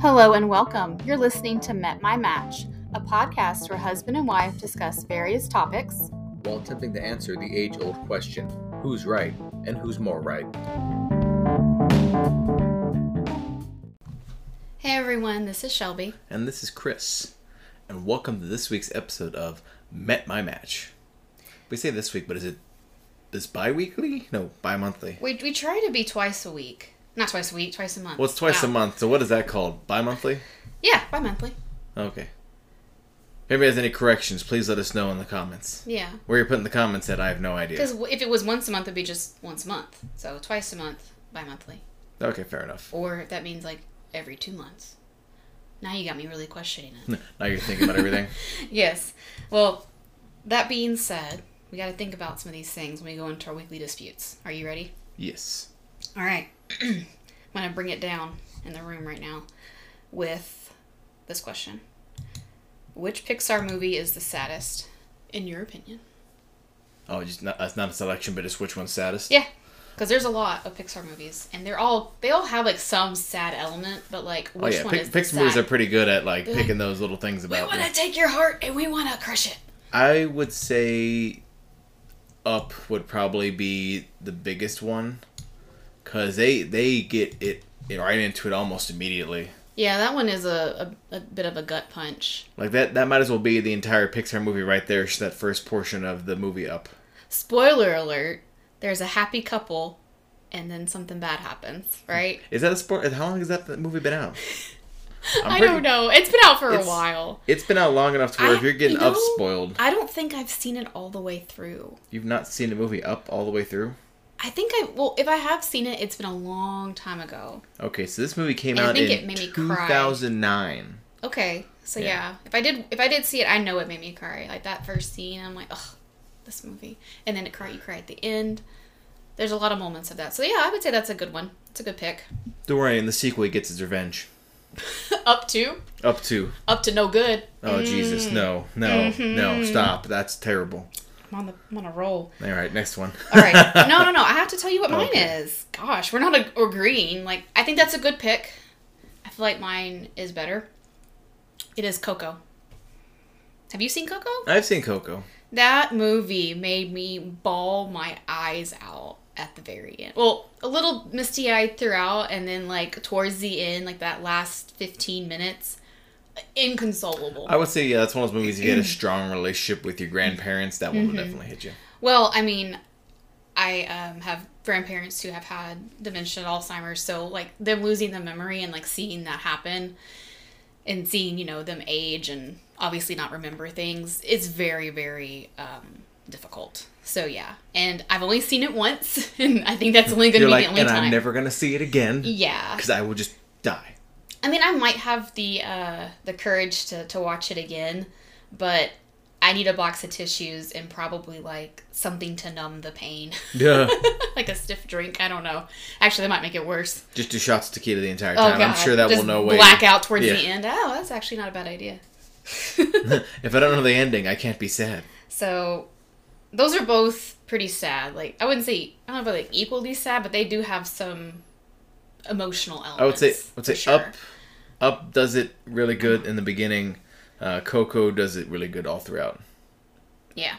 Hello and welcome. You're listening to Met My Match, a podcast where husband and wife discuss various topics. while attempting to answer the age old question who's right and who's more right? Hey everyone, this is Shelby. And this is Chris, and welcome to this week's episode of Met My Match. We say this week, but is it is bi weekly? No, bi monthly. We, we try to be twice a week. Not twice a week, twice a month. Well, it's twice Wow. a month, so what is that called? Bi monthly? Yeah, bi monthly. Okay. If anybody has any corrections, please let us know in the comments. Yeah. Where you're putting the comments at, I have no idea. Because if it was once a month, it'd be just once a month. So twice a month, bi monthly. Okay, fair enough. Or if that means like every two months. Now you got me really questioning it. Now you're thinking about everything. Yes. Well, that being said, we got to think about some of these things when we go into our weekly disputes. Are you ready? yes. All right. I'm going to bring it down in the room right now with this question Which Pixar movie is the saddest, in your opinion? Oh, just not, that's not a selection, but just which one's saddest? Yeah. Because there's a lot of Pixar movies, and they're all they all have like some sad element, but like Oh which yeah, one Pic- is the Pixar movies are sad? pretty good at like They're picking those little things we about. want them. to take your heart and we want to crush it. I would say Up would probably be the biggest one cuz they they get it, it right into it almost immediately. Yeah, that one is a, a, a bit of a gut punch. Like that that might as well be the entire Pixar movie right there, just that first portion of the movie Up. Spoiler alert: There's a happy couple, and then something bad happens. Right? Is that a sport? How long has that movie been out? I'm I pretty- don't know. It's been out for a It's- while. It's been out long enough to where I- if you're getting you know- up spoiled, I don't think I've seen it all the way through. you've not seen the movie up all the way through. I think I well, if I have seen it, it's been a long time ago. Okay, so this movie came And I out think in it made me cry. 2009. Okay, so yeah. Yeah. if I did if I did see it, I know it made me cry. Like that first scene, I'm like, ugh, this movie. And then it cry you cry at the end. There's a lot of moments of that. So yeah, I would say that's a good one. It's a good pick. Don't worry, in the sequel he gets his revenge. up to Up to up to no good. Oh Jesus, no, no, Mm-hmm. no, stop. That's terrible. I'm on the I'm on a roll. All right, next one. All right. No, no, no. I have to tell you what mine Okay. is. Gosh, we're not ag- agreeing. Like, I think that's a good pick. I feel like mine is better. It is Coco. Have you seen Coco? I've seen Coco. That movie made me bawl my eyes out at the very end. Well, a little misty eyed throughout, and then, like, towards the end, like that last 15 minutes, inconsolable. I would say yeah, that's one of those movies you get a strong relationship with your grandparents. That Mm-hmm. one would definitely hit you. Well, I mean, I um, have grandparents who have had dementia and Alzheimer's, so like them losing the memory and like seeing that happen and seeing, you know, them age and obviously not remember things is very, very um, difficult. So yeah, and I've only seen it once, and I think that's only going to You're be like, the only and time. I'm never gonna see it again yeah, because I will just die. I mean, I might have the uh, the courage to to watch it again, but I need a box of tissues and probably like something to numb the pain. Yeah, like a stiff drink. I don't know. Actually, that might make it worse. just do shots of tequila the entire Oh time. god, I'm sure that Just will know way. Black out towards the Yeah. end. Oh, that's actually not a bad idea. if I don't know the ending, I can't be sad. so, those are both pretty sad. Like I wouldn't say I don't know if they're equally sad, but they do have some emotional elements. I would say, I would for say up, up does it really good in the beginning. Uh, Coco does it really good all throughout. Yeah.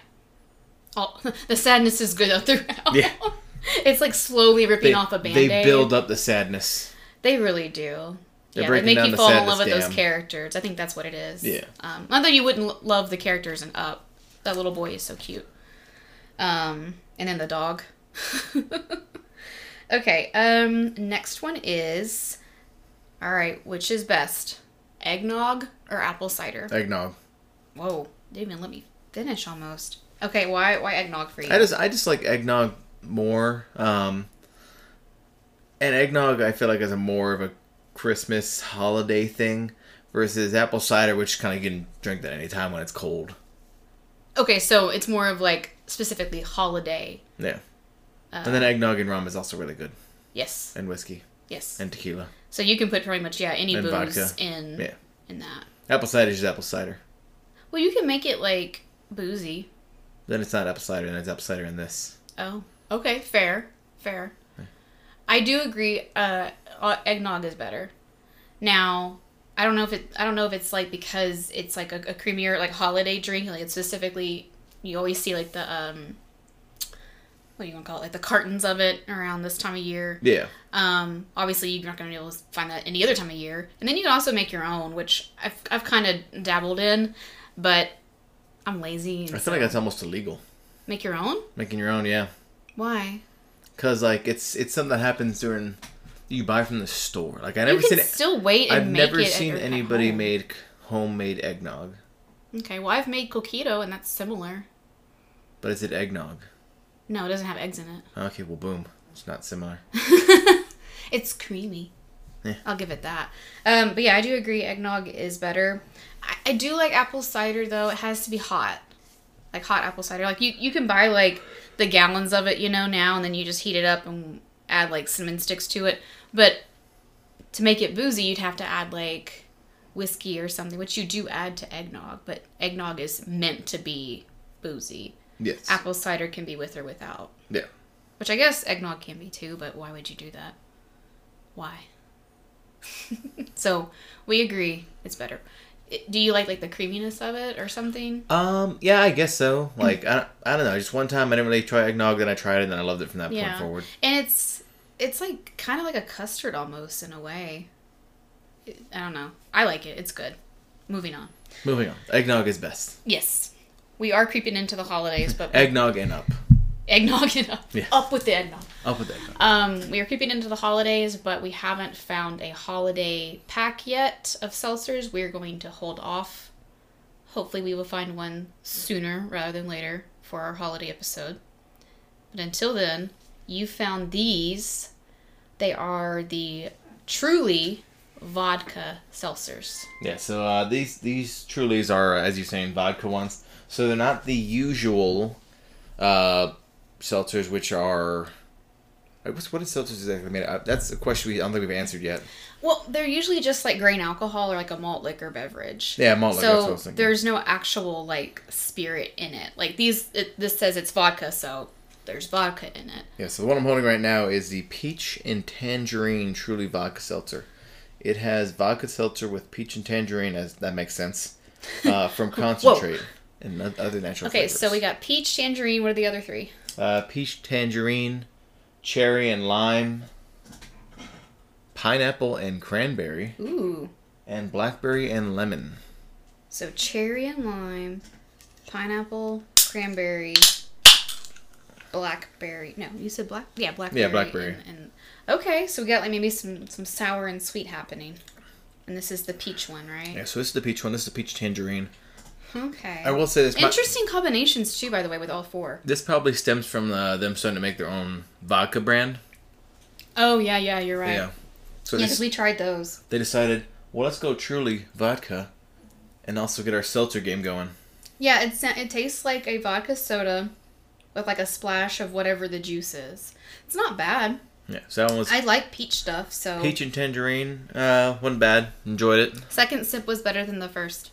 All, the sadness is good all throughout. Yeah. it's like slowly ripping off a band-aid. they build up the sadness. They really do. yeah, They're they breaking make down you the fall in sadness love with those dam. characters. I think that's what it is. Yeah. Um, not that you wouldn't l- love the characters in Up. That little boy is so cute. Um, and then the dog. okay. Um, next one is, all right, which is best, eggnog or apple cider? Eggnog. Whoa, didn't even let me finish almost. Okay, why why eggnog for you? I just I just like eggnog more. Um and eggnog I feel like is a more of a Christmas holiday thing versus apple cider, which kinda you can drink that any time when it's cold. okay, so it's more of like specifically holiday. Yeah. Uh. and then eggnog and rum is also really good. Yes. And whiskey. Yes. And tequila. So you can put pretty much yeah any And booze vodka. in Yeah. in that. Apple cider is just apple cider. Well, you can make it like boozy. Then it's not apple cider and it's apple cider in this. Oh, okay, fair, fair. I do agree. Uh, uh, eggnog is better. Now, I don't know if it. I don't know if it's like because it's like a, a creamier like holiday drink. Like it's specifically, you always see like the um, what do you want to call it? Like the cartons of it around this time of year. Yeah. Um, obviously you're not going to be able to find that any other time of year. And then you can also make your own, which I've I've kind of dabbled in, but I'm lazy. and I feel like so- that's almost illegal. make your own. Making your own, yeah. Why? Cause like it's it's something that happens during you buy from the store. Like I never you can seen it. still wait. And I've make never it at seen your- at anybody home. make homemade eggnog, Okay, well I've made coquito and that's similar. but is it eggnog? No, it doesn't have eggs in it. Okay, well, boom. It's not similar. It's creamy. Yeah. I'll give it that. Um, but yeah, I do agree. Eggnog is better. I, I do like apple cider though. It has to be hot, like hot apple cider. Like you, you can buy like the gallons of it, you know, now and then you just heat it up and add like cinnamon sticks to it. But to make it boozy, you'd have to add like whiskey or something, which you do add to eggnog. But eggnog is meant to be boozy. Yes. Apple cider can be with or without. Yeah. Which I guess eggnog can be too, but why would you do that? Why? so we agree it's better. It- do you like like the creaminess of it or something? Um. Yeah, I guess so. Hmm. Like I, I don't know. Just one time, I didn't really try eggnog. Then I tried it, and then I loved it from that Yeah. point forward. And it's it's like kind of like a custard almost in a way. It- I don't know. I like it. It's good. Moving on. Moving on. Eggnog is best. Yes. We are creeping into the holidays, but Eggnog and up. eggnog and up, Yeah. up with the eggnog. Up with eggnog. Um, we are creeping into the holidays, but we haven't found a holiday pack yet of seltzers. We're going to hold off. Hopefully, we will find one sooner rather than later for our holiday episode. But until then, you found these. They are the truly vodka seltzers. Yeah. So uh, these these Trulies are, as you're saying, vodka ones. So they're not the usual uh, seltzers, which are. Like, What's, what is seltzers exactly made of? Uh, That's a question we I don't think we've answered yet. Well, they're usually just like grain alcohol or like a malt liquor beverage. Yeah, malt liquor, that's what I So was thinking. there's no actual like spirit in it. Like these, it, this says it's vodka, so there's vodka in it. Yeah, so the one I'm holding right now is the peach and tangerine truly vodka seltzer. It has vodka seltzer with peach and tangerine, as that makes sense, uh, from concentrate and no- other natural Okay, flavors. so we got peach, tangerine. What are the other three? uh, peach, tangerine, cherry and lime, pineapple and cranberry, Ooh, and blackberry and lemon. so cherry and lime, pineapple, cranberry, blackberry. No, you said black. Yeah, blackberry. blackberry. And, and okay, so we got like maybe some some sour and sweet happening, and this is the peach one, right? Yeah, so this is the peach one. This is the peach tangerine. Okay. I will say this. might- Interesting combinations too, by the way, with all four. this probably stems from uh, them starting to make their own vodka brand. Oh yeah, yeah, you're right. Yeah. So Yeah, this- because we tried those. they decided, well, let's go truly vodka and also get our seltzer game going. Yeah, it's it tastes like a vodka soda with like a splash of whatever the juice is. It's not bad. Yeah, so that one was I like peach stuff, so peach and tangerine. Uh, wasn't bad. Enjoyed it. second sip was better than the first.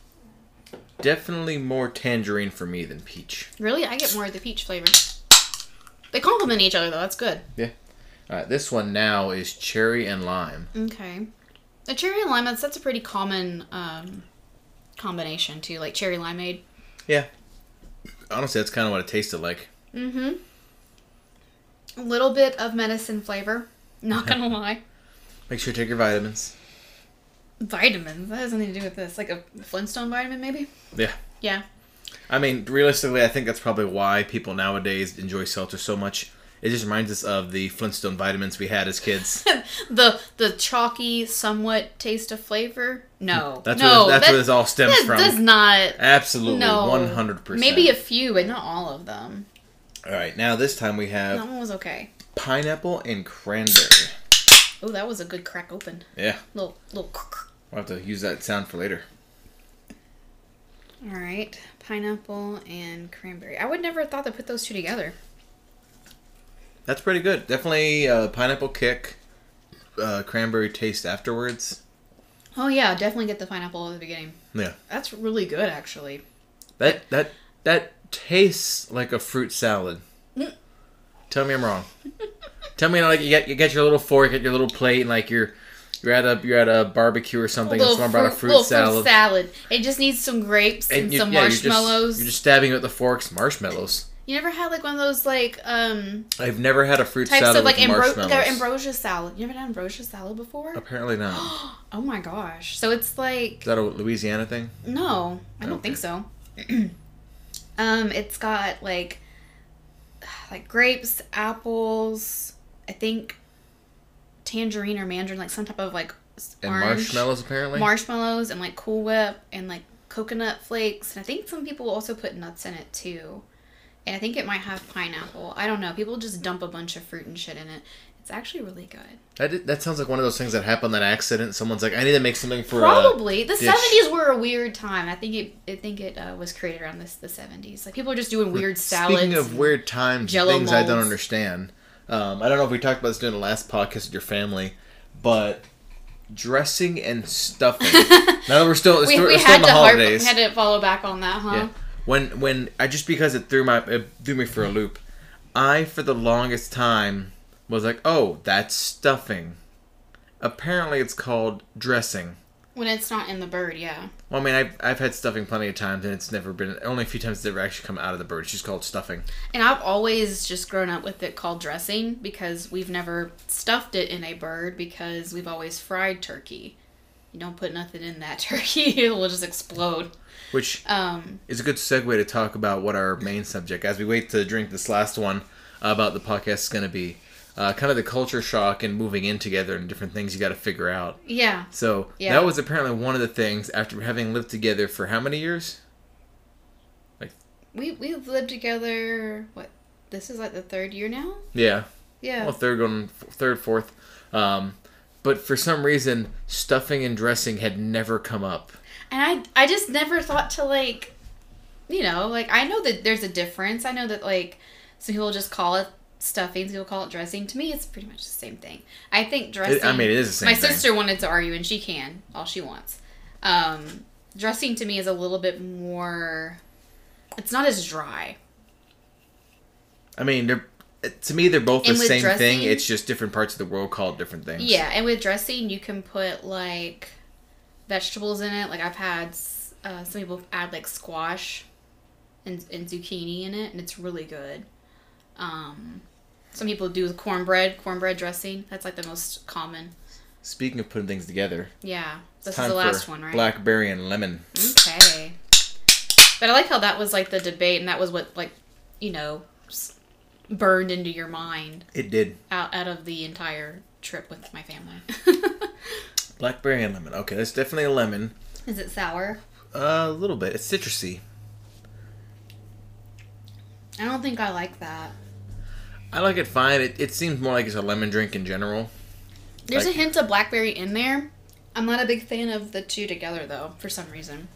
Definitely more tangerine for me than peach. Really, I get more of the peach flavor. They complement each other though. That's good. Yeah. All right, this one now is cherry and lime. Okay. The cherry lime that's that's a pretty common um, combination too, like cherry limeade. Yeah. Honestly, that's kind of what it tasted like. Mm-hmm. A little bit of medicine flavor. Not gonna lie. Make sure you take your vitamins. Vitamins. That has nothing to do with this. Like a Flintstone vitamin, maybe. Yeah. Yeah. I mean, realistically, I think that's probably why people nowadays enjoy seltzer so much. It just reminds us of the Flintstone vitamins we had as kids. the the chalky, somewhat taste of flavor. No, Hmm. That's no, where that's that, where this all stems that from. does not. Absolutely, No, one hundred percent. Maybe a few, but not all of them. all right. Now this time we have That one was okay. pineapple and cranberry. Oh, that was a good crack open. Yeah, Little little. cr- cr- we'll have to use that sound for later. All right, pineapple and cranberry. I would never have thought to put those two together. That's pretty good. Definitely uh, pineapple kick, uh, cranberry taste afterwards. Oh yeah, definitely get the pineapple at the beginning. Yeah, That's really good, actually. that that that tastes like a fruit salad. Mm. Tell me I'm wrong. Tell me you know, like you get you get your little fork, get your little plate, and like you're You're at a you're at a barbecue or something. and someone brought a fruit little salad. fruit salad. It just needs some grapes and, you- some yeah, you're just- You're marshmallows. just, stabbing it with the forks. Marshmallows. you never had like one of those like um I've never had a fruit types salad of like with ambro- marshmallows. the ambrosia salad. You never had ambrosia salad before? Apparently not. Oh my gosh. So it's like Is that a Louisiana thing? no, I don't think so. um it's got like like grapes, apples, I think tangerine or mandarin like some type of like s- And orange marshmallows apparently. marshmallows and like cool whip and like coconut flakes and I think some people also put nuts in it too. And I think it might have pineapple. I don't know. People just dump a bunch of fruit and shit in it. It's actually really good. that, did- that sounds like one of those things that happened on accident. Someone's like, I need to make something for. Uh, Probably the dish. seventies were a weird time. I think it. I think it uh, was created around this the seventies. Like people are just doing weird salads. Speaking of weird times, and Jell-O things I don't molds. understand. Um, I don't know if we talked about this during the last podcast with your family, but dressing and stuffing. now that we're still, we, we're we still had in the to harp, holidays. had to follow back on that, huh? Yeah. When when I just because it threw my it threw me for a loop. I for the longest time was like, oh, that's stuffing. Apparently, it's called dressing. When it's not in the bird, yeah. Well, I mean, I've, I've had stuffing plenty of times, and it's never been only a few times it's ever actually come out of the bird. It's just called stuffing. And I've always just grown up with it called dressing because we've never stuffed it in a bird because we've always fried turkey. You don't put nothing in that turkey; it will just explode. Which Um, is a good segue to talk about what our main subject, as we wait to drink this last one, about the podcast is going to be. Uh, kind of the culture shock and moving in together and different things you got to figure out. yeah, So Yeah. that was apparently one of the things after having lived together for how many years? we we've lived together. What this is like the third year now. Yeah, Yeah. well, third going third, fourth. Um, but for some reason, stuffing and dressing had never come up. And I I just never thought to like you know, like I know that there's a difference. I know that like some people just call it stuffing, some people call it dressing. To me it's pretty much the same thing. I think dressing It, I mean, it is the same my thing. sister wanted to argue and she can all she wants. Um dressing to me is a little bit more it's not as dry. I mean, they're to me they're both the And with same thing. dressing- It's just different parts of the world called different things. Yeah, and with dressing, you can put like vegetables in it. Like I've had s- uh, some people add like squash and, and zucchini in it, and it's really good. Um, some people do with cornbread, cornbread dressing. That's like the most common. Speaking of putting things together, Yeah, this is time the last for one, right? blackberry and lemon. Okay. But I like how that was like the debate, and that was what like you know s- burned into your mind It did out out of the entire trip with my family. blackberry and lemon. Okay, that's definitely a lemon. is it sour? Uh, a little bit. It's citrusy. I don't think I like that. I like it fine. It, it seems more like it's a lemon drink in general. There's Like- a hint of blackberry in there. I'm not a big fan of the two together though, for some reason.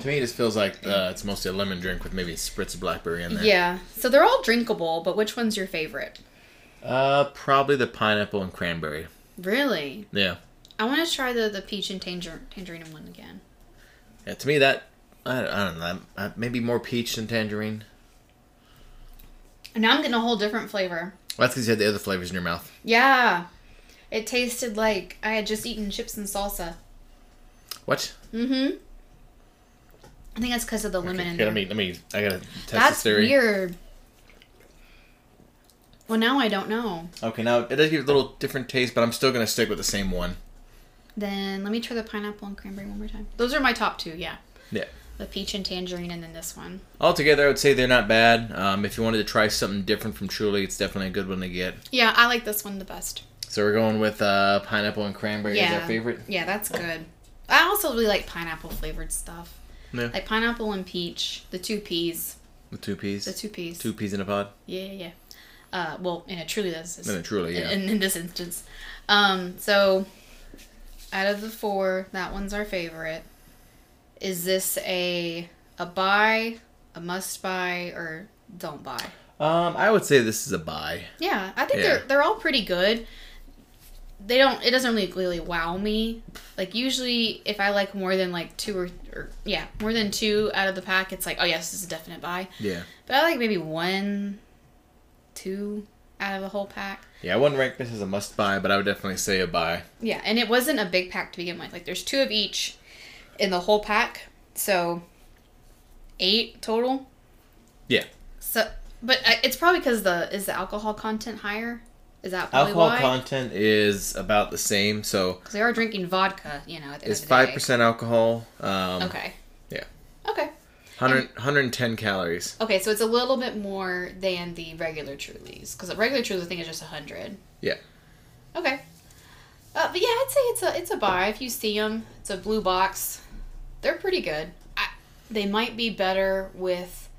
To me, it just feels like uh, it's mostly a lemon drink with maybe a spritz of blackberry in there. Yeah. So they're all drinkable, but which one's your favorite? Uh, probably the pineapple and cranberry. Really? Yeah. I want to try the, the peach and tanger, tangerine one again. yeah to me, that I, I don't know. I, maybe more peach than tangerine. And now I'm getting a whole different flavor. Well, that's because you had the other flavors in your mouth. Yeah. It tasted like I had just eaten chips and salsa. What? Mm-hmm. I think that's because of the lemon in Okay, here, there. let me. Let me. I gotta test this that's theory. weird. Well, now I don't know. Okay, now it does give it a little different taste, but I'm still gonna stick with the same one. Then let me try the pineapple and cranberry one more time. Those are my top two, yeah. Yeah. The peach and tangerine, and then this one. Altogether, I would say they're not bad. Um, if you wanted to try something different from Truly, it's definitely a good one to get. Yeah, I like this one the best. So we're going with uh, pineapple and cranberry as Yeah. our favorite. Yeah, that's good. I also really like pineapple flavored stuff. Yeah. Like pineapple and peach, the two peas, With two peas. the two peas. Two peas in a pod. Yeah, yeah, yeah. Uh, well, in a truly that's No, no, truly, yeah. in, in this instance. Um, so out of the four, that one's our favorite. Is this a a buy, a must buy, or don't buy? Um, I would say this is a buy. Yeah, I think Yeah. they're they're all pretty good. They don't. It doesn't really really wow me. Like usually, if I like more than like two or, or yeah, more than two out of the pack, it's like oh yes, this is a definite buy. Yeah. But I like maybe one, two out of the whole pack. Yeah, I wouldn't rank this as a must buy, but I would definitely say a buy. Yeah, and it wasn't a big pack to begin with. Like there's two of each in the whole pack, so eight total. Yeah. So, but I- it's probably because the is the alcohol content higher. Is that probably Alcohol why? content is about the same, so Because they are drinking vodka, you know. At the it's end of the five day. percent alcohol. Um, Okay. Yeah. Okay. 100, 110 calories. Okay, so it's a little bit more than the regular Trulies because the regular Trulies I think is just hundred. Yeah. Okay. Uh, but yeah, I'd say it's a it's a buy if you see them. It's a blue box. They're pretty good. I, they might be better with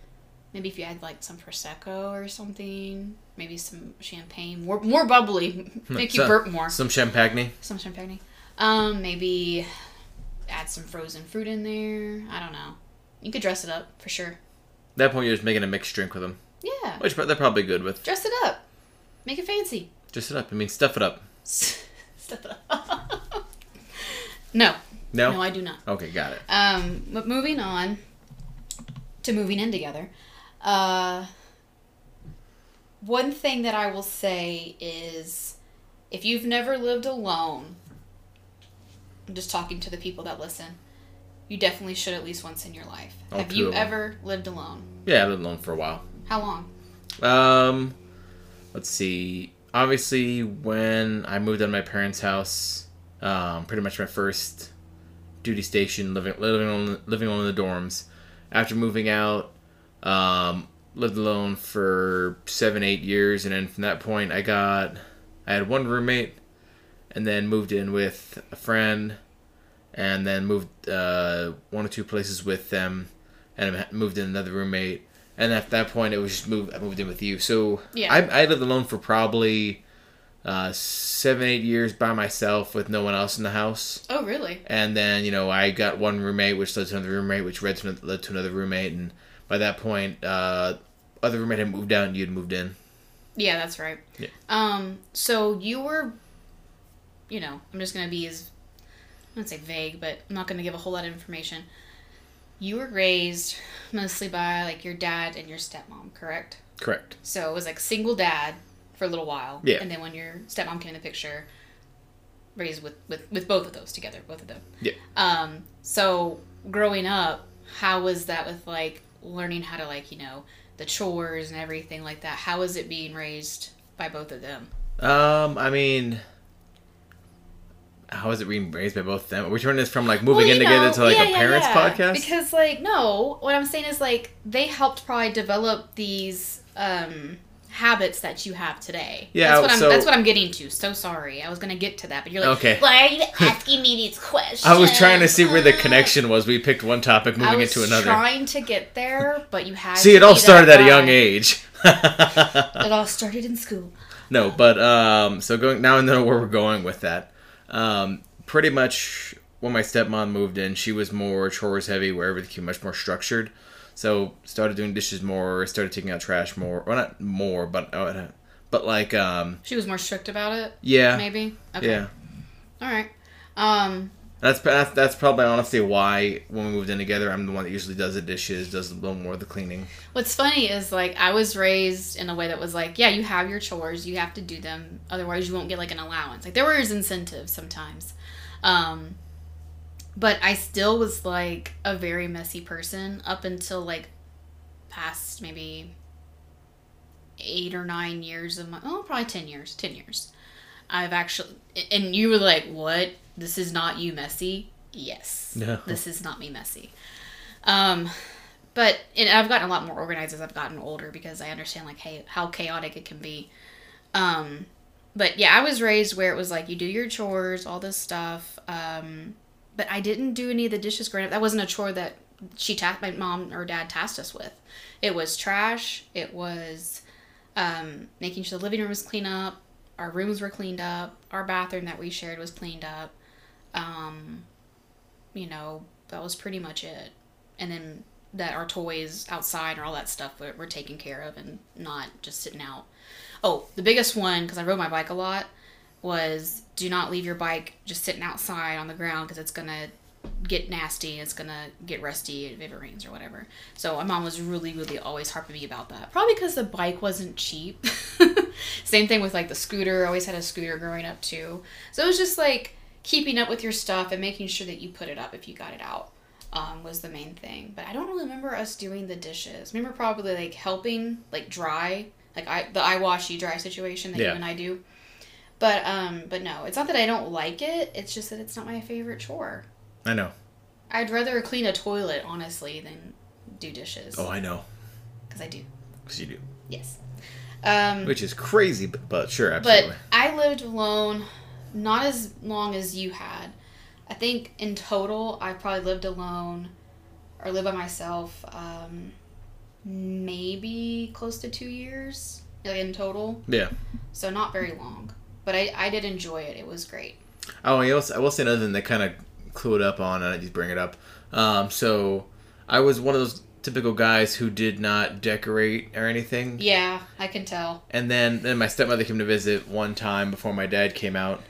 maybe if you add like some prosecco or something, maybe some champagne, more more bubbly, make you So- burp more. Some champagne. Some champagne. Um, maybe add some frozen fruit in there. I don't know. You could dress it up for sure. At that point, you're just making a mixed drink with them, Yeah, which they're probably good with. dress it up. Make it fancy. Just it up. I mean, stuff it up. Stuff it up. no, No. no, I do not. okay, got it. Um, but moving on to moving in together. Uh, one thing that I will say is if you've never lived alone, I'm just talking to the people that listen, you definitely should at least once in your life. All Have two you of 'em. ever lived alone? Yeah, I've been alone for a while. How long? Um, let's see. Obviously, when I moved out of my parents' house, um, pretty much my first duty station, living living on living on the dorms. After moving out, um, lived alone for seven eight years, and then from that point, I got I had one roommate, and then moved in with a friend, and then moved uh, one or two places with them, and I moved in another roommate. And at that point, it was just moved. I moved in with you, so Yeah. I, I lived alone for probably uh, seven, eight years by myself with no one else in the house. Oh, really? And then you know I got one roommate, which led to another roommate, which led to, led to another roommate, and by that point, uh, other roommate had moved out and you'd moved in. Yeah, that's right. Yeah. Um, so you were, you know, I'm just gonna be as, I'm gonna say vague, but I'm not gonna give a whole lot of information. You were raised mostly by like your dad and your stepmom, correct? Correct. So it was like single dad for a little while, Yeah. And then when your stepmom came in the picture, raised with with with both of those together, both of them. Yeah. Um, so growing up, how was that with like learning how to like, you know, the chores and everything like that? How was it being raised by both of them? Um, I mean, how is it being raised by both of them? Are we turning this from like moving Well, in you together know, to like yeah, a yeah, parents yeah. podcast? Because like no, what I'm saying is like they helped probably develop these um habits that you have today. Yeah, that's what I'm so- that's what I'm getting to. So sorry, I was gonna get to that, but you're like, Okay. why are you asking me these questions? I was trying to see where the Ah. connection was. We picked one topic, I moving was into another. trying to get there, but you had see, to it all be that started at a young guy. age. It all started in school. no, but um, so going now I know where we're going with that. Um, pretty much when my stepmom moved in, she was more chores heavy, where everything became much more structured. So started doing dishes more, started taking out trash more. Well, not more, but uh, but like um, She was more strict about it. yeah, Maybe. Okay. yeah. All right. Um. That's, that's that's probably honestly why when we moved in together, I'm the one that usually does the dishes, does a little more of the cleaning. What's funny is like I was raised in a way that was like, yeah, you have your chores, you have to do them, otherwise you won't get like an allowance. Like there were incentives sometimes, um, but I still was like a very messy person up until like past maybe eight or nine years of my oh probably ten years, ten years. I've actually and you were like, what? This is not you messy. Yes No. this is not me messy. Um, but and I've gotten a lot more organized as I've gotten older because I understand like hey how chaotic it can be. Um, but yeah, I was raised where it was like you do your chores, all this stuff. Um, but I didn't do any of the dishes growing up. That wasn't a chore that she tasked my mom or dad tasked us with. It was trash. It was um, making sure the living room was clean up. Our rooms were cleaned up. Our bathroom that we shared was cleaned up um, you know, that was pretty much it. And then that our toys outside or all that stuff were, were taken care of and not just sitting out. Oh, the biggest one, because I rode my bike a lot, was do not leave your bike just sitting outside on the ground because it's going to get nasty. It's gonna get rusty if it rains or whatever. So my mom was really, really always harping me about that. Probably because the bike wasn't cheap. Same thing with like the scooter. I always had a scooter growing up too. So it was just like keeping up with your stuff and making sure that you put it up if you got it out um, was the main thing. But I don't really remember us doing the dishes. I remember probably like helping like dry, like I the I wash you dry situation that Yeah. you and I do. But um, but no, it's not that I don't like it. It's just that it's not my favorite chore. I know. I'd rather clean a toilet honestly than do dishes Oh, I know. because I do. Because you do. Yes. Um, Which is crazy, but, but sure, absolutely. but I lived alone, not as long as you had. I think in total, I probably lived alone or lived by myself, um, maybe close to two years like, in total. yeah. So not very long, but I, I did enjoy it. It was great. Oh, I also I will say another thing that kind of clued up on, and I just bring it up. Um, so I was one of those typical guys who did not decorate or anything. Yeah, I can tell. And then, then my stepmother came to visit one time before my dad came out,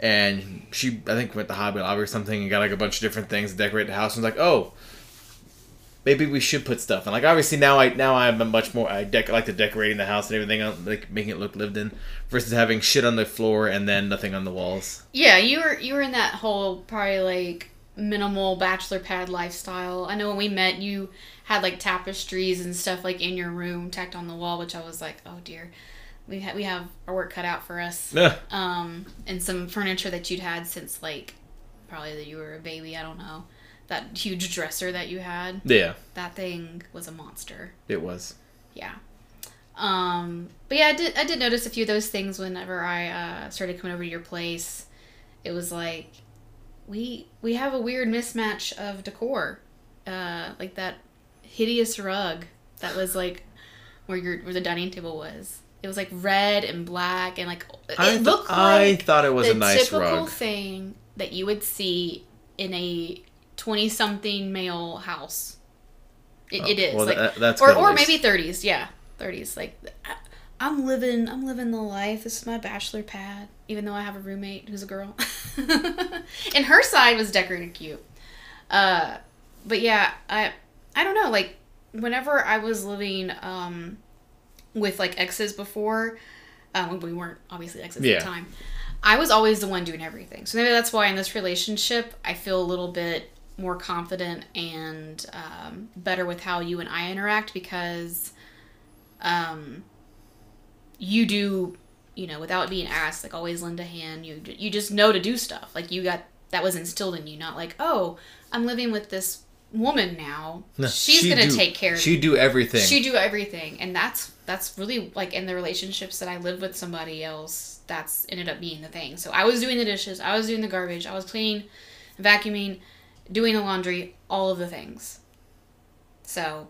and she I think went to Hobby Lobby or something and got like a bunch of different things to decorate the house. And was like, oh, maybe we should put stuff. And like obviously now I now I'm a much more I dec- like the decorating the house and everything else, like making it look lived in versus having shit on the floor and then nothing on the walls. Yeah, you were you were in that whole probably like minimal bachelor pad lifestyle. I know when we met, you had like tapestries and stuff like in your room tacked on the wall, which I was like, oh dear, we ha- we have our work cut out for us. Ugh. Um, and some furniture that you'd had since like probably that you were a baby. I don't know that huge dresser that you had. yeah, That thing was a monster. it was. Yeah. Um, but yeah, I did I did notice a few of those things whenever I uh, started coming over to your place. It was like we we have a weird mismatch of decor. Uh, like that hideous rug that was like where your where the dining table was. It was like red and black and like it I, th- looked I like thought it was the a nice typical rug. thing that you would see in a twenty-something male house. It, it is Oh, Well, like, that- that's or good at or least. maybe thirties, yeah, thirties. Like, I- I'm living, I'm living the life. This is my bachelor pad, even though I have a roommate who's a girl, and her side was decorated cute. Uh, but yeah, I, I don't know. Like, whenever I was living um, with like exes before, um, when we weren't obviously exes Yeah. at the time. I was always the one doing everything. So maybe that's why in this relationship, I feel a little bit more confident and um, better with how you and I interact because um, you do, you know, without being asked, like always lend a hand. You you just know to do stuff. Like you got that was instilled in you, not like oh, I'm living with this woman now. No, She's she gonna do- take care of She do everything. she do everything, and that's that's really like in the relationships that I lived with somebody else. That's ended up being the thing. So I was doing the dishes, I was doing the garbage, I was cleaning, vacuuming, doing the laundry, all of the things. So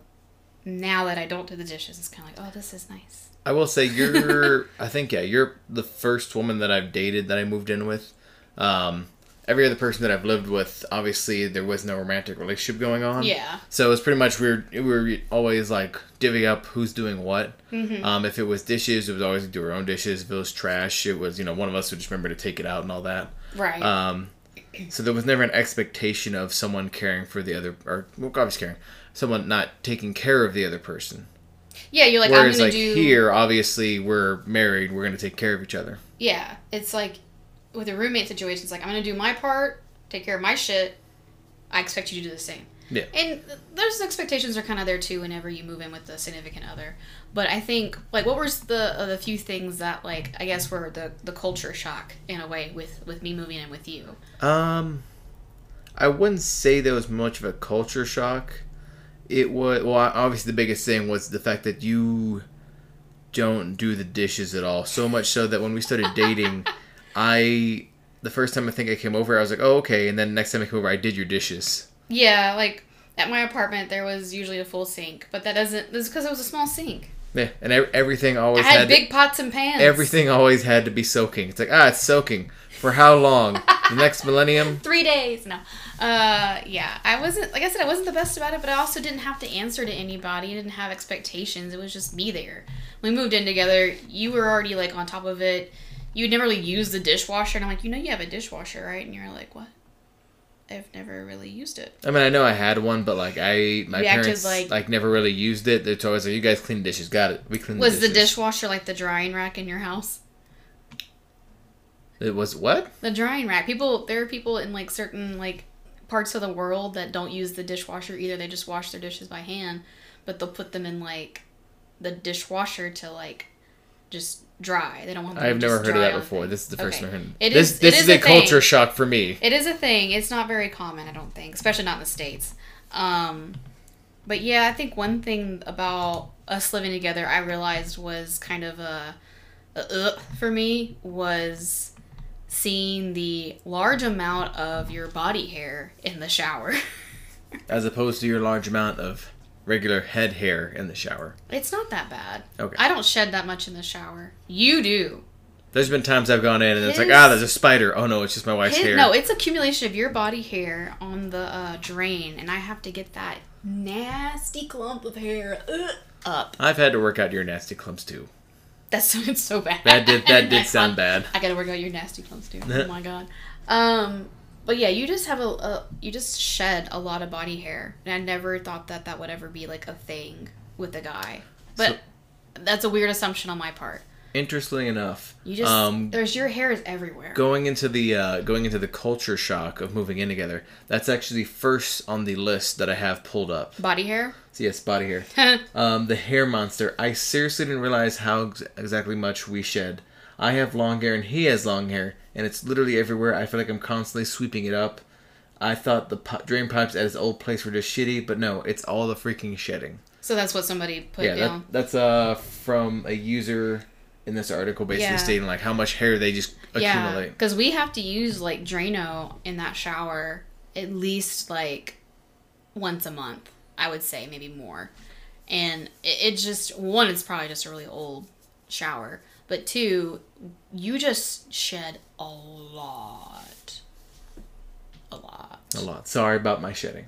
now that I don't do the dishes, it's kind of like, oh, this is nice. I will say you're. I think yeah, you're the first woman that I've dated that I moved in with. Um, every other person that I've lived with, obviously there was no romantic relationship going on. Yeah. So it's pretty much we were, we were always like divvying up who's doing what. Mm-hmm. Um, if it was dishes, it was always do our own dishes. If it was trash, it was you know one of us would just remember to take it out and all that. Right. Um, so there was never an expectation of someone caring for the other, or well, obviously caring, someone not taking care of the other person. yeah, you're like, I'm Whereas gonna like do. here, obviously we're married, we're gonna take care of each other. Yeah, it's like with a roommate situation, it's like I'm gonna do my part, take care of my shit. I expect you to do the same. Yeah. And th- those expectations are kind of there too whenever you move in with a significant other. But I think like what were s- the uh, the few things that like I guess were the the culture shock in a way with with me moving in with you. Um, I wouldn't say there was much of a culture shock. It was well, obviously the biggest thing was the fact that you don't do the dishes at all. So much so that when we started dating, I the first time I think I came over, I was like, oh okay, and then next time I came over, I did your dishes. Yeah, like at my apartment there was usually a full sink, but that doesn't that's because it was a small sink. Yeah, and ev- everything I always had, had big pots and pans. everything always had to be soaking. It's like ah, it's soaking for how long? the next millennium. three days. No. Uh, yeah, I wasn't, like I said, I wasn't the best about it, but I also didn't have to answer to anybody. I didn't have expectations. It was just me there. We moved in together. You were already, like, on top of it. You'd never really use the dishwasher. And I'm like, you know, you have a dishwasher, right? And you're like, what? I've never really used it. I mean, I know I had one, but like I, my You acted parents like- like, never really used it. They're always like, "You guys clean dishes, got it. We clean." Was the, the dishes. dishwasher like the drying rack in your house? It was what? The drying rack. People, there are people in like certain like parts of the world that don't use the dishwasher either. They just wash their dishes by hand, but they'll put them in like the dishwasher to like just dry. They don't want. Them I've to never just heard of dry that on the before. thing. This is the first Okay. time I've heard. It this is- this it is, is a, a thing. culture shock for me. It is a thing. It's not very common, I don't think, especially not in the states. Um, but yeah, I think one thing about us living together, I realized was kind of a, a uh, for me was seeing the large amount of your body hair in the shower. As opposed to your large amount of regular head hair in the shower. it's not that bad. Okay. I don't shed that much in the shower. You do. There's been times I've gone in and it's like, His- ah, there's a spider. Oh no, it's just my wife's His- hair. no, it's accumulation of your body hair on the uh, drain, and I have to get that nasty clump of hair uh, up. I've had to work out your nasty clumps too. That sounded so bad. That did that I- did sound bad. I gotta work out your nasty clumps too. Oh my god. Um, but yeah, you just have a, a you just shed a lot of body hair, and I never thought that that would ever be like a thing with a guy. But that's a weird assumption on my part. Interestingly enough, You just um, there's your hair is everywhere. going into the uh, going into the culture shock of moving in together. That's actually first on the list that I have pulled up. body hair. See a spotty hair. Um, the hair monster. I seriously didn't realize how ex- exactly much we shed. I have long hair and he has long hair, and it's literally everywhere. I feel like I'm constantly sweeping it up. I thought the pi drain pipes at his old place were just shitty, but no, it's all the freaking shedding. so that's what somebody put yeah, down. that, that's uh from a user in this article basically Yeah. stating like how much hair they just Yeah, accumulate. because we have to use like Drano in that shower at least like once a month. I would say maybe more, and it, it just one, it's probably just a really old shower, but two, you just shed a lot, a lot. a lot. Sorry about my shedding.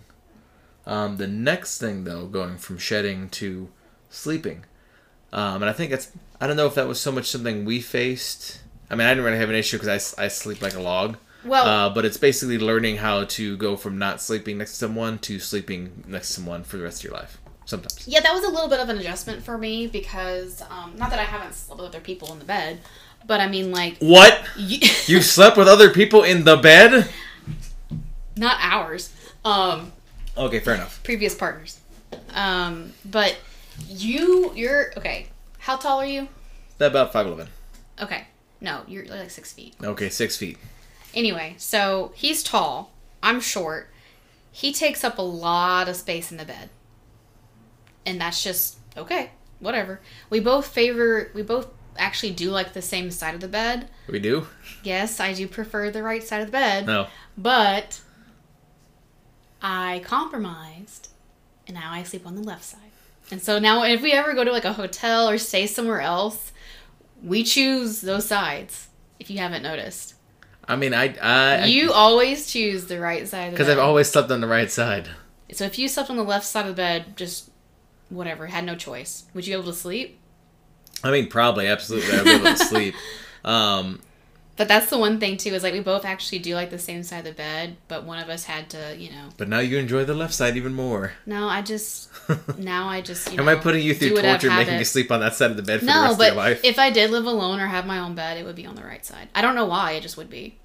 Um, the next thing, though, going from shedding to sleeping, um, and I think that's I don't know if that was so much something we faced. I mean, I didn't really have an issue because I, s- I sleep like a log. Well, Uh, but it's basically learning how to go from not sleeping next to someone to sleeping next to someone for the rest of your life. Sometimes. Yeah, that was a little bit of an adjustment for me because um, not that I haven't slept with other people in the bed, but I mean like What? you- You slept with other people in the bed? not ours. Um, Okay, fair enough. previous partners. Um, but you, you're okay. How tall are you? About five eleven. Okay, no, you're like six feet. Okay, six feet. Anyway, so he's tall. I'm short. He takes up a lot of space in the bed, and that's just okay. Whatever. We both favor. We both actually do like the same side of the bed. We do? Yes, I do prefer the right side of the bed. No. But I compromised, and now I sleep on the left side. And so now, if we ever go to like a hotel or stay somewhere else, we choose those sides. If you haven't noticed, I mean, I I you always choose the right side of the because bed. I've always slept on the right side. so if you slept on the left side of the bed, just whatever, had no choice. Would you be able to sleep? I mean, probably, absolutely. I'd be able to sleep. Um, But that's the one thing too is like we both actually do like the same side of the bed, but one of us had to, you know. but now you enjoy the left side even more. No, I just now I just. You Am know, I putting you do through what I've torture making habit. you sleep on that side of the bed for the No, rest of your but life? if I did live alone or have my own bed, it would be on the right side. I don't know why, it just would be.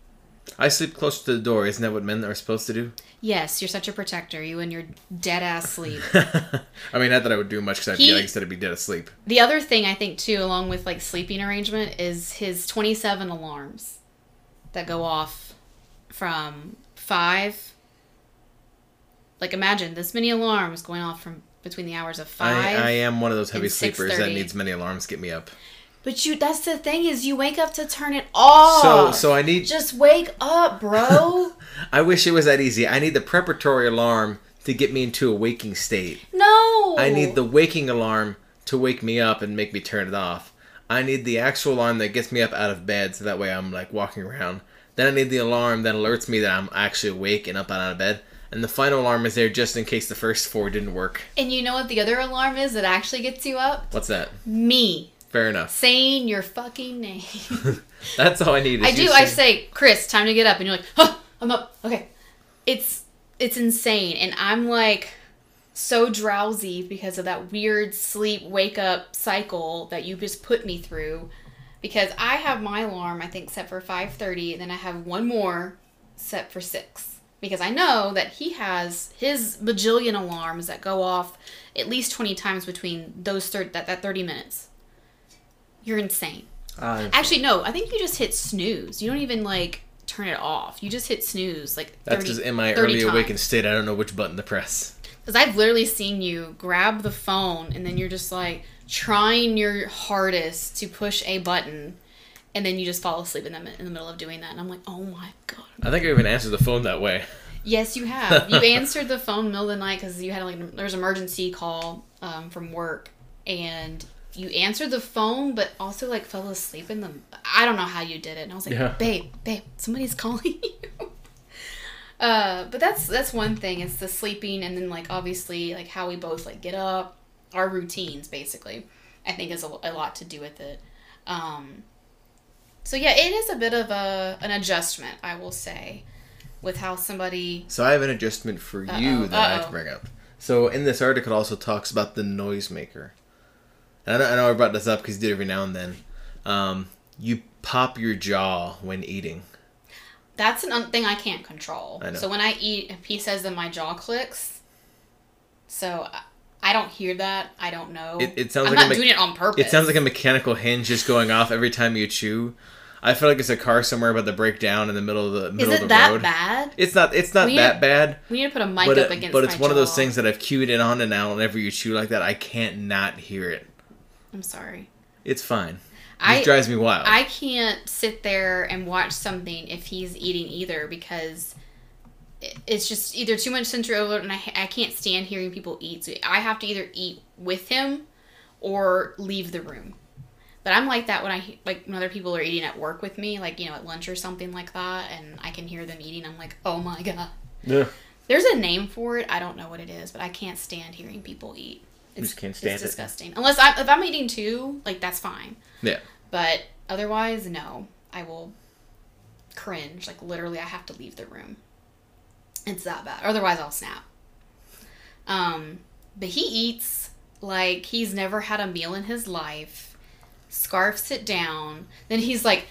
I sleep close to the door. Isn't that what men are supposed to do? Yes, you're such a protector, you and your dead ass sleep. I mean, not that I would do much because I'd He- be like, instead of be dead asleep. the other thing I think too, along with like sleeping arrangement, is his 27 alarms that go off from five. Like imagine this many alarms going off from between the hours of I, five. I am one of those heavy and sleepers 6:30. that needs many alarms to get me up. But you, that's the thing is you wake up to turn it off. So, so I need. just wake up, bro. I wish it was that easy. I need the preparatory alarm to get me into a waking state. no. I need the waking alarm to wake me up and make me turn it off. I need the actual alarm that gets me up out of bed so that way I'm like walking around. Then I need the alarm that alerts me that I'm actually awake and up and out of bed. And the final alarm is there just in case the first four didn't work. And you know what the other alarm is that actually gets you up? What's that? Me Fair enough. saying your fucking name. That's all I need. Is I you do. I saying- say, Chris, time to get up, and you're like, huh, I'm up. Okay. it's it's insane and i'm like so drowsy because of that weird sleep wake up cycle that you just put me through because i have my alarm i think set for 5.30 and then i have one more set for 6 because i know that he has his bajillion alarms that go off at least 20 times between those thir- that, that 30 minutes you're insane I, actually no i think you just hit snooze you don't even like turn it off you just hit snooze like 30, that's just in my 30 early times. awakened state. I don't know which button to press. Because I've literally seen you grab the phone and then you're just like trying your hardest to push a button and then you just fall asleep in the, mi- in the middle of doing that. And I'm like, oh my God. I think I even answered the phone that way. Yes, you have. You answered the phone middle of the night because you had like, there's an emergency call um, from work and you answered the phone but also like fell asleep in the i don't know how you did it and i was like Yeah. babe babe somebody's calling you uh but that's that's one thing it's the sleeping and then like obviously like how we both like get up our routines basically i think is a, a lot to do with it um so yeah it is a bit of a an adjustment i will say with how somebody So I have an adjustment for Uh-oh. you that I have Uh-oh. to bring up. So in this article, it also talks about the noisemaker. And I know, I know I brought this up because you do it every now and then. Um, you pop your jaw when eating. that's an un- thing I can't control. I know. So when I eat, if he says that my jaw clicks, so I- I don't hear that. I don't know. It- it sounds I'm like not a mech- doing it on purpose. It sounds like a mechanical hinge just going off every time you chew. I feel like it's a car somewhere about to break down in the middle of the Is middle of it the that road. bad? It's not. It's not We- that bad. We need to put a mic But, up it- against. but it's my one of those jaw. things that I've cued in on and now. Whenever you chew like that, I can't not hear it. I'm sorry. It's fine. It I drives me wild. I can't sit there and watch something if he's eating either because it- it's just either too much sensory overload and I, I can't stand hearing people eat. So I have to either eat with him or leave the room. But I'm like that when I he- like when other people are eating at work with me, like you know at lunch or something like that, and I can hear them eating. I'm like, oh my god. yeah. There's a name for it. I don't know what it is, but I can't stand hearing people eat. It's, just can't stand it's it. disgusting. Unless I, if I'm eating too, like that's fine. Yeah. But otherwise, no. I will cringe. Like, literally, I have to leave the room. It's that bad. Otherwise, I'll snap. Um, but he eats like he's never had a meal in his life, scarfs it down. Then he's like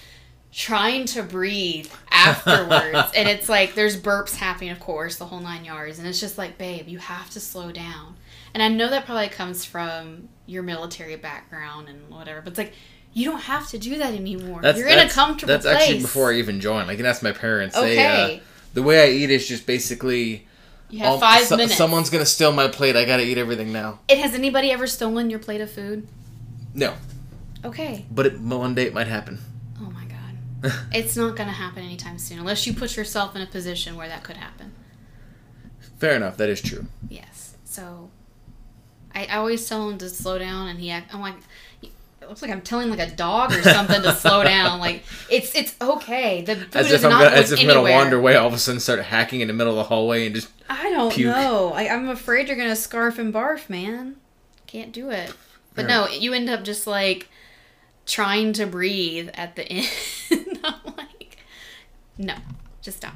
trying to breathe afterwards. and it's like there's burps happening, of course, the whole nine yards. And it's just like, babe, you have to slow down. And I know that probably comes from your military background and whatever, but it's like, you don't have to do that anymore. You're in a comfortable That's place. actually before I even joined. Like, and that's my parents. They, Okay. uh, the way I eat is just basically you have um, five so- minutes. Someone's gonna steal my plate. I gotta eat everything now. And has anybody ever stolen your plate of food? No, Okay. but it, one day it might happen. Oh my god. it's not going to happen anytime soon unless you put yourself in a position where that could happen. Fair enough. That is true. Yes. So I, I always tell him to slow down and he act, I'm like it looks like I'm telling like a dog or something to slow down. Like it's it's okay. The food As is if I'm not gonna, going as if I'm anywhere. gonna wander away, all of a sudden start hacking in the middle of the hallway and just I don't puke. know. I, I'm afraid you're gonna scarf and barf, man. Can't do it. But Fair. no, you end up just like trying to breathe at the end. I'm like, no, just stop.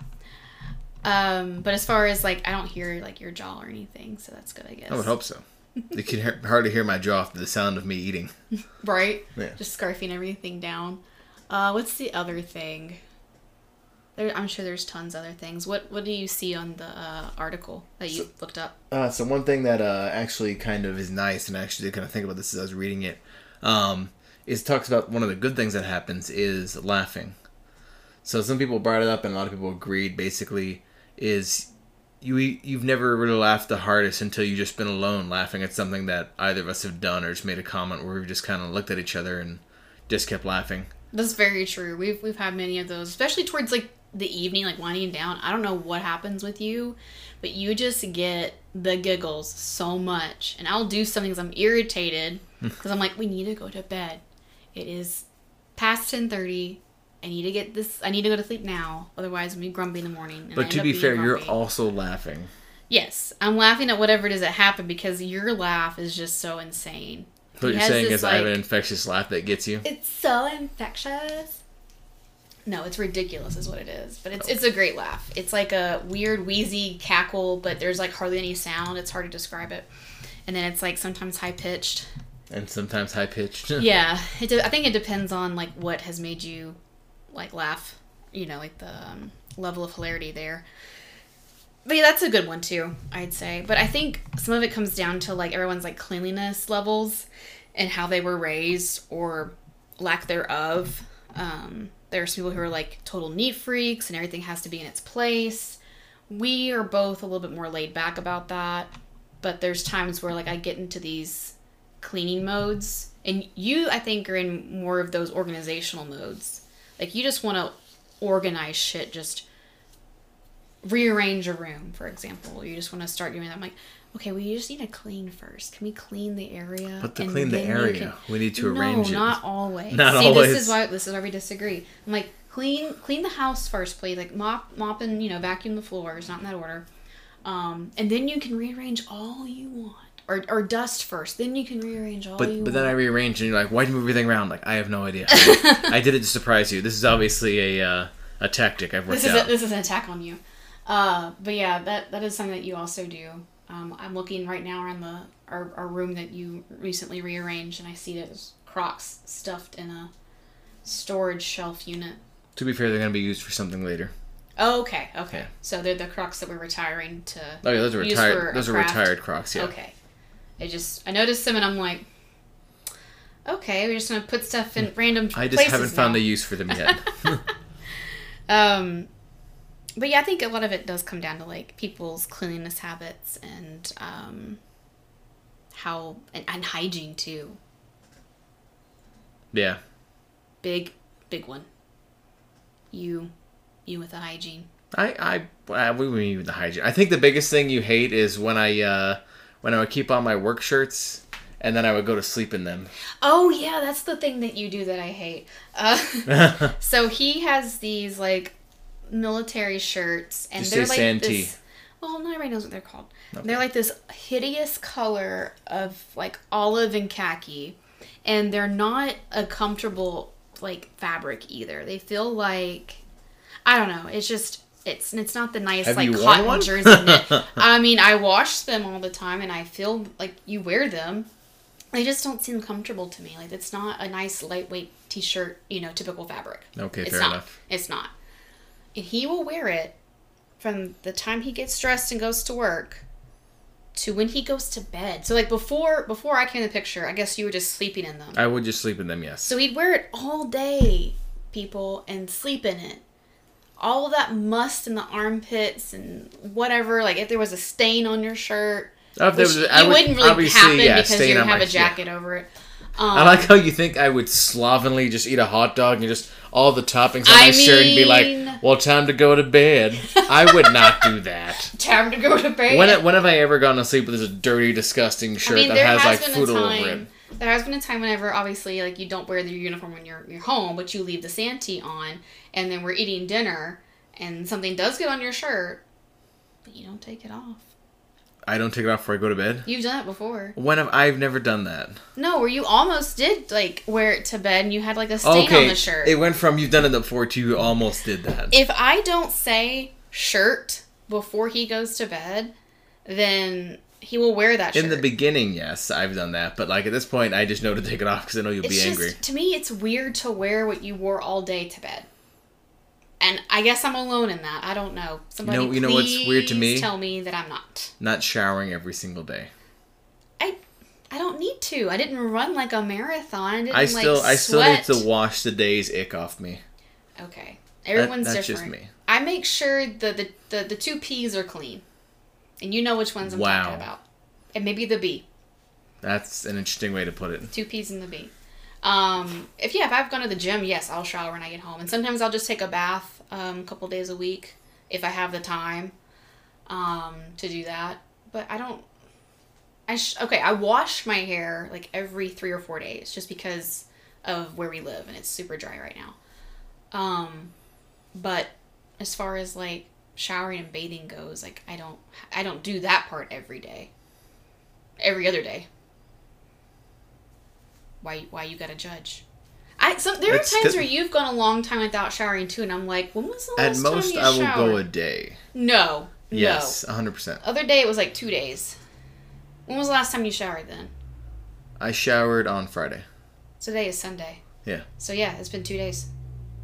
Um, but as far as like, I don't hear like your jaw or anything, so that's good, I guess. I would hope so. you can hear, hardly hear my jaw after the sound of me eating. Right? Yeah. Just scarfing everything down. Uh, what's the other thing? There, I'm sure there's tons of other things. What What do you see on the uh, article that you looked up? Uh, so one thing that uh, actually kind of is nice, and I actually did kind of think about this as I was reading it, um, is it talks about one of the good things that happens is laughing. So some people brought it up, and a lot of people agreed. Basically, is you you've never really laughed the hardest until you just been alone laughing at something that either of us have done, or just made a comment where we've just kind of looked at each other and just kept laughing. That's very true. We've we've had many of those, especially towards like the evening, like winding down. I don't know what happens with you, but you just get the giggles so much. And I'll do something 'cause I'm irritated Hmm. because I'm like, we need to go to bed. It is past ten thirty. I need to get this. I need to go to sleep now. Otherwise, I'm gonna be grumpy in the morning. and I But end to up be being fair, you're grumpy. also laughing. Yes, I'm laughing at whatever it is that happened because your laugh is just so insane. What He you're has saying this, is I have like- an infectious laugh that gets you. It's so infectious. No, it's ridiculous, is what it is. But it's it's a great laugh. It's like a weird wheezy cackle, but there's like hardly any sound. It's hard to describe it. And then it's like sometimes high pitched. and sometimes high pitched. Yeah, it de- I think it depends on like what has made you like laugh. You know, like the um, level of hilarity there. But yeah, that's a good one too, I'd say. But I think some of it comes down to like everyone's like cleanliness levels and how they were raised or lack thereof. Um, there's people who are like total neat freaks and everything has to be in its place. We are both a little bit more laid back about that, but there's times where like I get into these cleaning modes, and you I think are in more of those organizational modes. Like you just want to organize shit, just rearrange a room, for example. You just want to start doing that. I'm like, okay, well you just need to clean first. Can we clean the area? But to And clean the then you area, can- we need to no, arrange it. not always. Not See, always. this is why this is why we disagree. I'm like, clean clean the house first, please. Like mop mop and you know vacuum the floors, not in that order. Um, and then you can rearrange all you want, or or dust first. Then you can rearrange all you But, but then I want. rearranged and you're like, why'd you move everything around? Like, I have no idea. I did it to surprise you. This is obviously a uh, a tactic I've worked this is out. a, this is an attack on you. Uh, but yeah, that that is something that you also do. Um, I'm looking right now around the our, our room that you recently rearranged, and I see those Crocs stuffed in a storage shelf unit. to be fair, they're going to be used for something later. Oh, okay, okay. Yeah. So they're the Crocs that we're retiring to. Oh yeah, those are use for a retired. Those are craft. retired Crocs. Yeah. Okay. I just I noticed them and I'm like, okay, we're just gonna put stuff in random. Mm. I just places haven't found now. the use for them yet. Um, but yeah, I think a lot of it does come down to like people's cleanliness habits and um, how and, and hygiene too. yeah. Big, big one. You, you with the hygiene. I I I we mean the hygiene. I think the biggest thing you hate is when I uh when I would keep on my work shirts and then I would go to sleep in them. Oh yeah, that's the thing that you do that I hate. Uh, so he has these like military shirts, and Just they're say like Santee. this. Well, not everybody knows what they're called. They're like this hideous color of like olive and khaki, and they're not a comfortable like fabric either. They feel like I don't know. It's just it's it's not the nice Have like you worn cotton one? jersey knit. I mean, I wash them all the time, and I feel like you wear them. They just don't seem comfortable to me. Like it's not a nice lightweight t-shirt, you know, typical fabric. Okay, it's fair not. enough. It's not. And he will wear it from the time he gets dressed and goes to work to when he goes to bed. So like before before I came to the picture, I guess you were just sleeping in them. I would just sleep in them, yes. So he'd wear it all day, people, and sleep in it. All that must in the armpits and whatever, like if there was a stain on your shirt, Oh, if there which was- it I would wouldn't really obviously, happen yeah, because stain you on have my- a jacket over it. Um, I like how you think I would slovenly just eat a hot dog and just all the toppings on I my shirt and be mean- like, "Well, time to go to bed." I would not do that. time to go to bed. When when have I ever gone to sleep with a dirty, disgusting shirt that has, like food all over it? There has been a time whenever obviously like you don't wear the uniform when you're you're home, but you leave the santee on, and then we're eating dinner, and something does get on your shirt, but you don't take it off. I don't take it off before I go to bed. You've done it before. When have I've never done that? No, where you almost did like wear it to bed, and you had like a stain on the shirt. It went from you've done it before to you almost did that. if I don't say shirt before he goes to bed, then he will wear that shirt. In the beginning, yes, I've done that, but like at this point, I just know to take it off because I know you'll It's be just angry. to me, it's weird to wear what you wore all day to bed. And I guess I'm alone in that. I don't know. Somebody know- you know what's weird to please me? Tell me that I'm not. Not showering every single day. I I don't need to. I didn't run like a marathon. I didn't I still, like I still need sweat. to wash the day's ick off me. Okay. Everyone's that's just different. me. I make sure the, the, the, the two P's are clean. And you know which ones I'm Wow. talking about. And maybe the B. That's an interesting way to put it. Two P's and the B. Um, if yeah, if I've gone to the gym, yes, I'll shower when I get home, and sometimes I'll just take a bath um, a couple days a week if I have the time um, to do that. But I don't. I sh- okay. I wash my hair like every three or four days, just because of where we live, and it's super dry right now. Um, but as far as like showering and bathing goes, like I don't, I don't do that part every day. Every other day why why you gotta judge I so there That's are times good. where you've gone a long time without showering too, and I'm like, when was the At last most, time I you will showered? go a day. no, Yes, hundred percent. no. Other day it was like two days. When was the last time you showered? Then I showered on Friday. today is Sunday. Yeah. So yeah, it's been two days.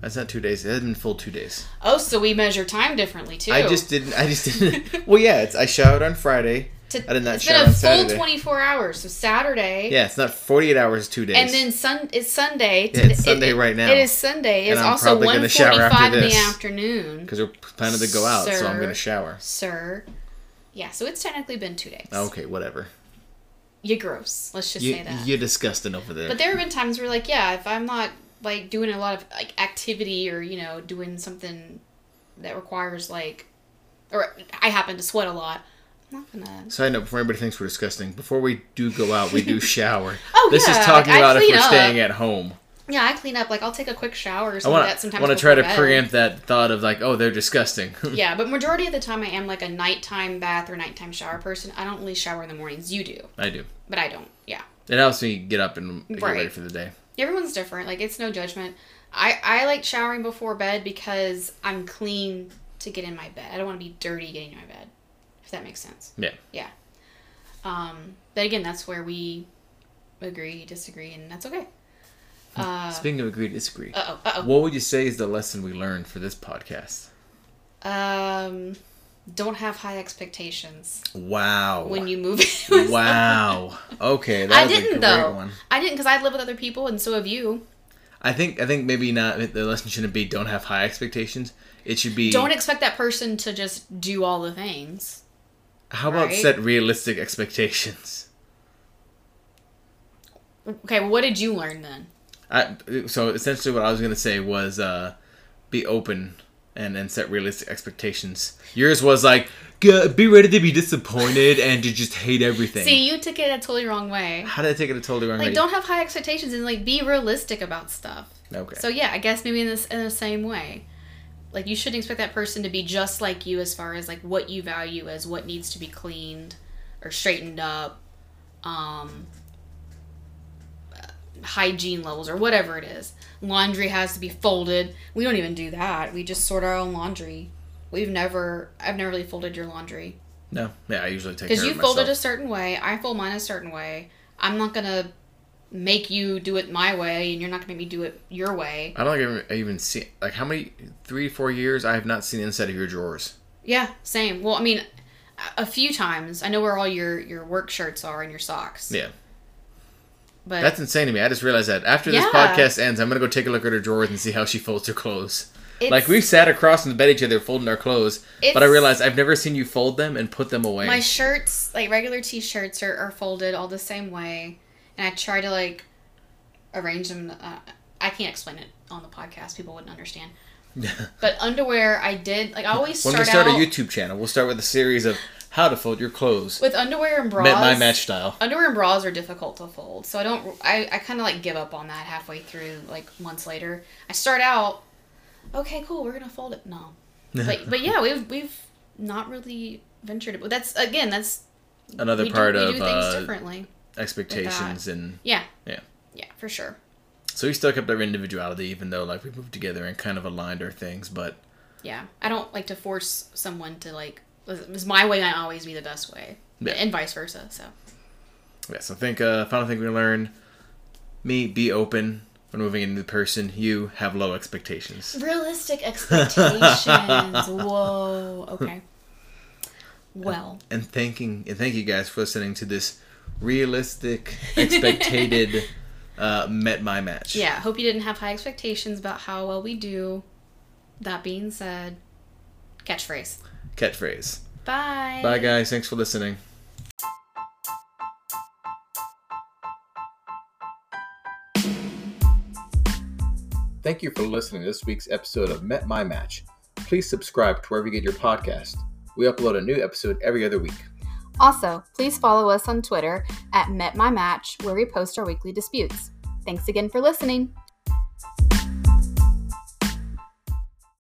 That's not two days. It hasn't been full two days. Oh, so we measure time differently too. I just didn't. I just didn't. well, yeah, it's, I showered on Friday. To, I did not it's shower been on a full Saturday. 24 hours. So Saturday, Yeah, it's not forty-eight hours, two days. and then sun it's Sunday. Yeah, it's It- Sunday it- right now. It is Sunday. It's And I'm also probably gonna shower after 1:45 in the this. afternoon, because we're planning to go out, so I'm Sir. gonna shower. sir. Yeah, so it's technically been two days. Okay, whatever. You're gross. Let's just You, say that. you're disgusting over there. But there have been times where, like, yeah, if I'm not like doing a lot of like activity or you know doing something that requires like, or I happen to sweat a lot, I'm not gonna. Side note: Before anybody thinks we're disgusting, before we do go out, we do shower. Oh, this yeah, is talking like, I about if clean we're up. staying at home. Yeah, I clean up. Like, I'll take a quick shower or I something like want that. to Sometimes want to before try to bed. preempt that thought of like, oh, they're disgusting. Yeah, but majority of the time I am like a nighttime bath or nighttime shower person. I don't really shower in the mornings. You do, I do. but I don't. Yeah. It helps me get up and get Right. ready for the day. everyone's different like it's no judgment i i like showering before bed because i'm clean to get in my bed i don't want to be dirty getting in my bed if that makes sense Yeah. yeah um but again that's where we agree disagree and that's okay uh Speaking of agree to disagree, uh-oh uh-oh what would you say is the lesson we learned for this podcast? um don't have high expectations Wow. when you move in with wow. Okay, that I was a didn't great though. one. I didn't because I live with other people, and so have you. I think I think maybe not. The lesson shouldn't be don't have high expectations. It should be Don't expect that person to just do all the things. How about right? set realistic expectations? Okay, what did you learn then? I, so essentially, what I was gonna say was uh, be open and and set realistic expectations. Yours was like "G- be ready to be disappointed and to just hate everything. See, you took it a totally wrong way. How did I take it a totally wrong Like, way? don't have high expectations and like be realistic about stuff. okay. So yeah, I guess maybe in this in the same way, like you shouldn't expect that person to be just like you as far as like what you value as what needs to be cleaned or straightened up, um, uh, hygiene levels or whatever it is. Laundry has to be folded. We don't even do that. We just sort our own laundry. We've never, I've never really folded your laundry. no, yeah, I usually take care Because you of myself. fold it a certain way, I fold mine a certain way. I'm not gonna make you do it my way, and you're not gonna make me do it your way. I don't even, I even see like how many three four years I have not seen the inside of your drawers. Yeah, same. Well, I mean, a- a few times I know where all your your work shirts are and your socks. Yeah, but that's insane to me. I just realized that after this Yeah. podcast ends, I'm gonna go take a look at her drawers and see how she folds her clothes. it's, like we sat across in the bed each other folding our clothes, but I It's- realized I've never seen you fold them and put them away. my shirts, like regular t-shirts, are, are folded all the same way, and I try to like arrange them. Uh, I can't explain it on the podcast; people wouldn't understand. but underwear, I did like I always when start, we start out a YouTube channel, we'll start with a series of how to fold your clothes. with underwear and bras. Met my match style. underwear and bras are difficult to fold so i don't i, I kind of like give up on that halfway through like months later i start out okay cool we're gonna fold it no but but yeah we've we've not really ventured it but that's again that's Another we part do, we of do things uh, differently expectations, and yeah yeah. yeah for sure So we still kept our individuality, even though like we moved together and kind of aligned our things. But yeah i don't like to force someone to like it's my way might always be the best way Yeah. and vice versa so yeah, so I think uh, final thing we learned: me be open when moving into the person. You have low expectations. realistic expectations whoa okay well And thanking and thank you guys for listening to this realistic, expected, uh, met my match. Yeah, hope you didn't have high expectations about how well we do. That being said, catchphrase. catchphrase. Bye. Bye guys, thanks for listening. Thank you for listening to this week's episode of Met My Match. Please subscribe to wherever you get your podcast. We upload a new episode every other week. Also, please follow us on Twitter at MetMyMatch, where we post our weekly disputes. Thanks again for listening.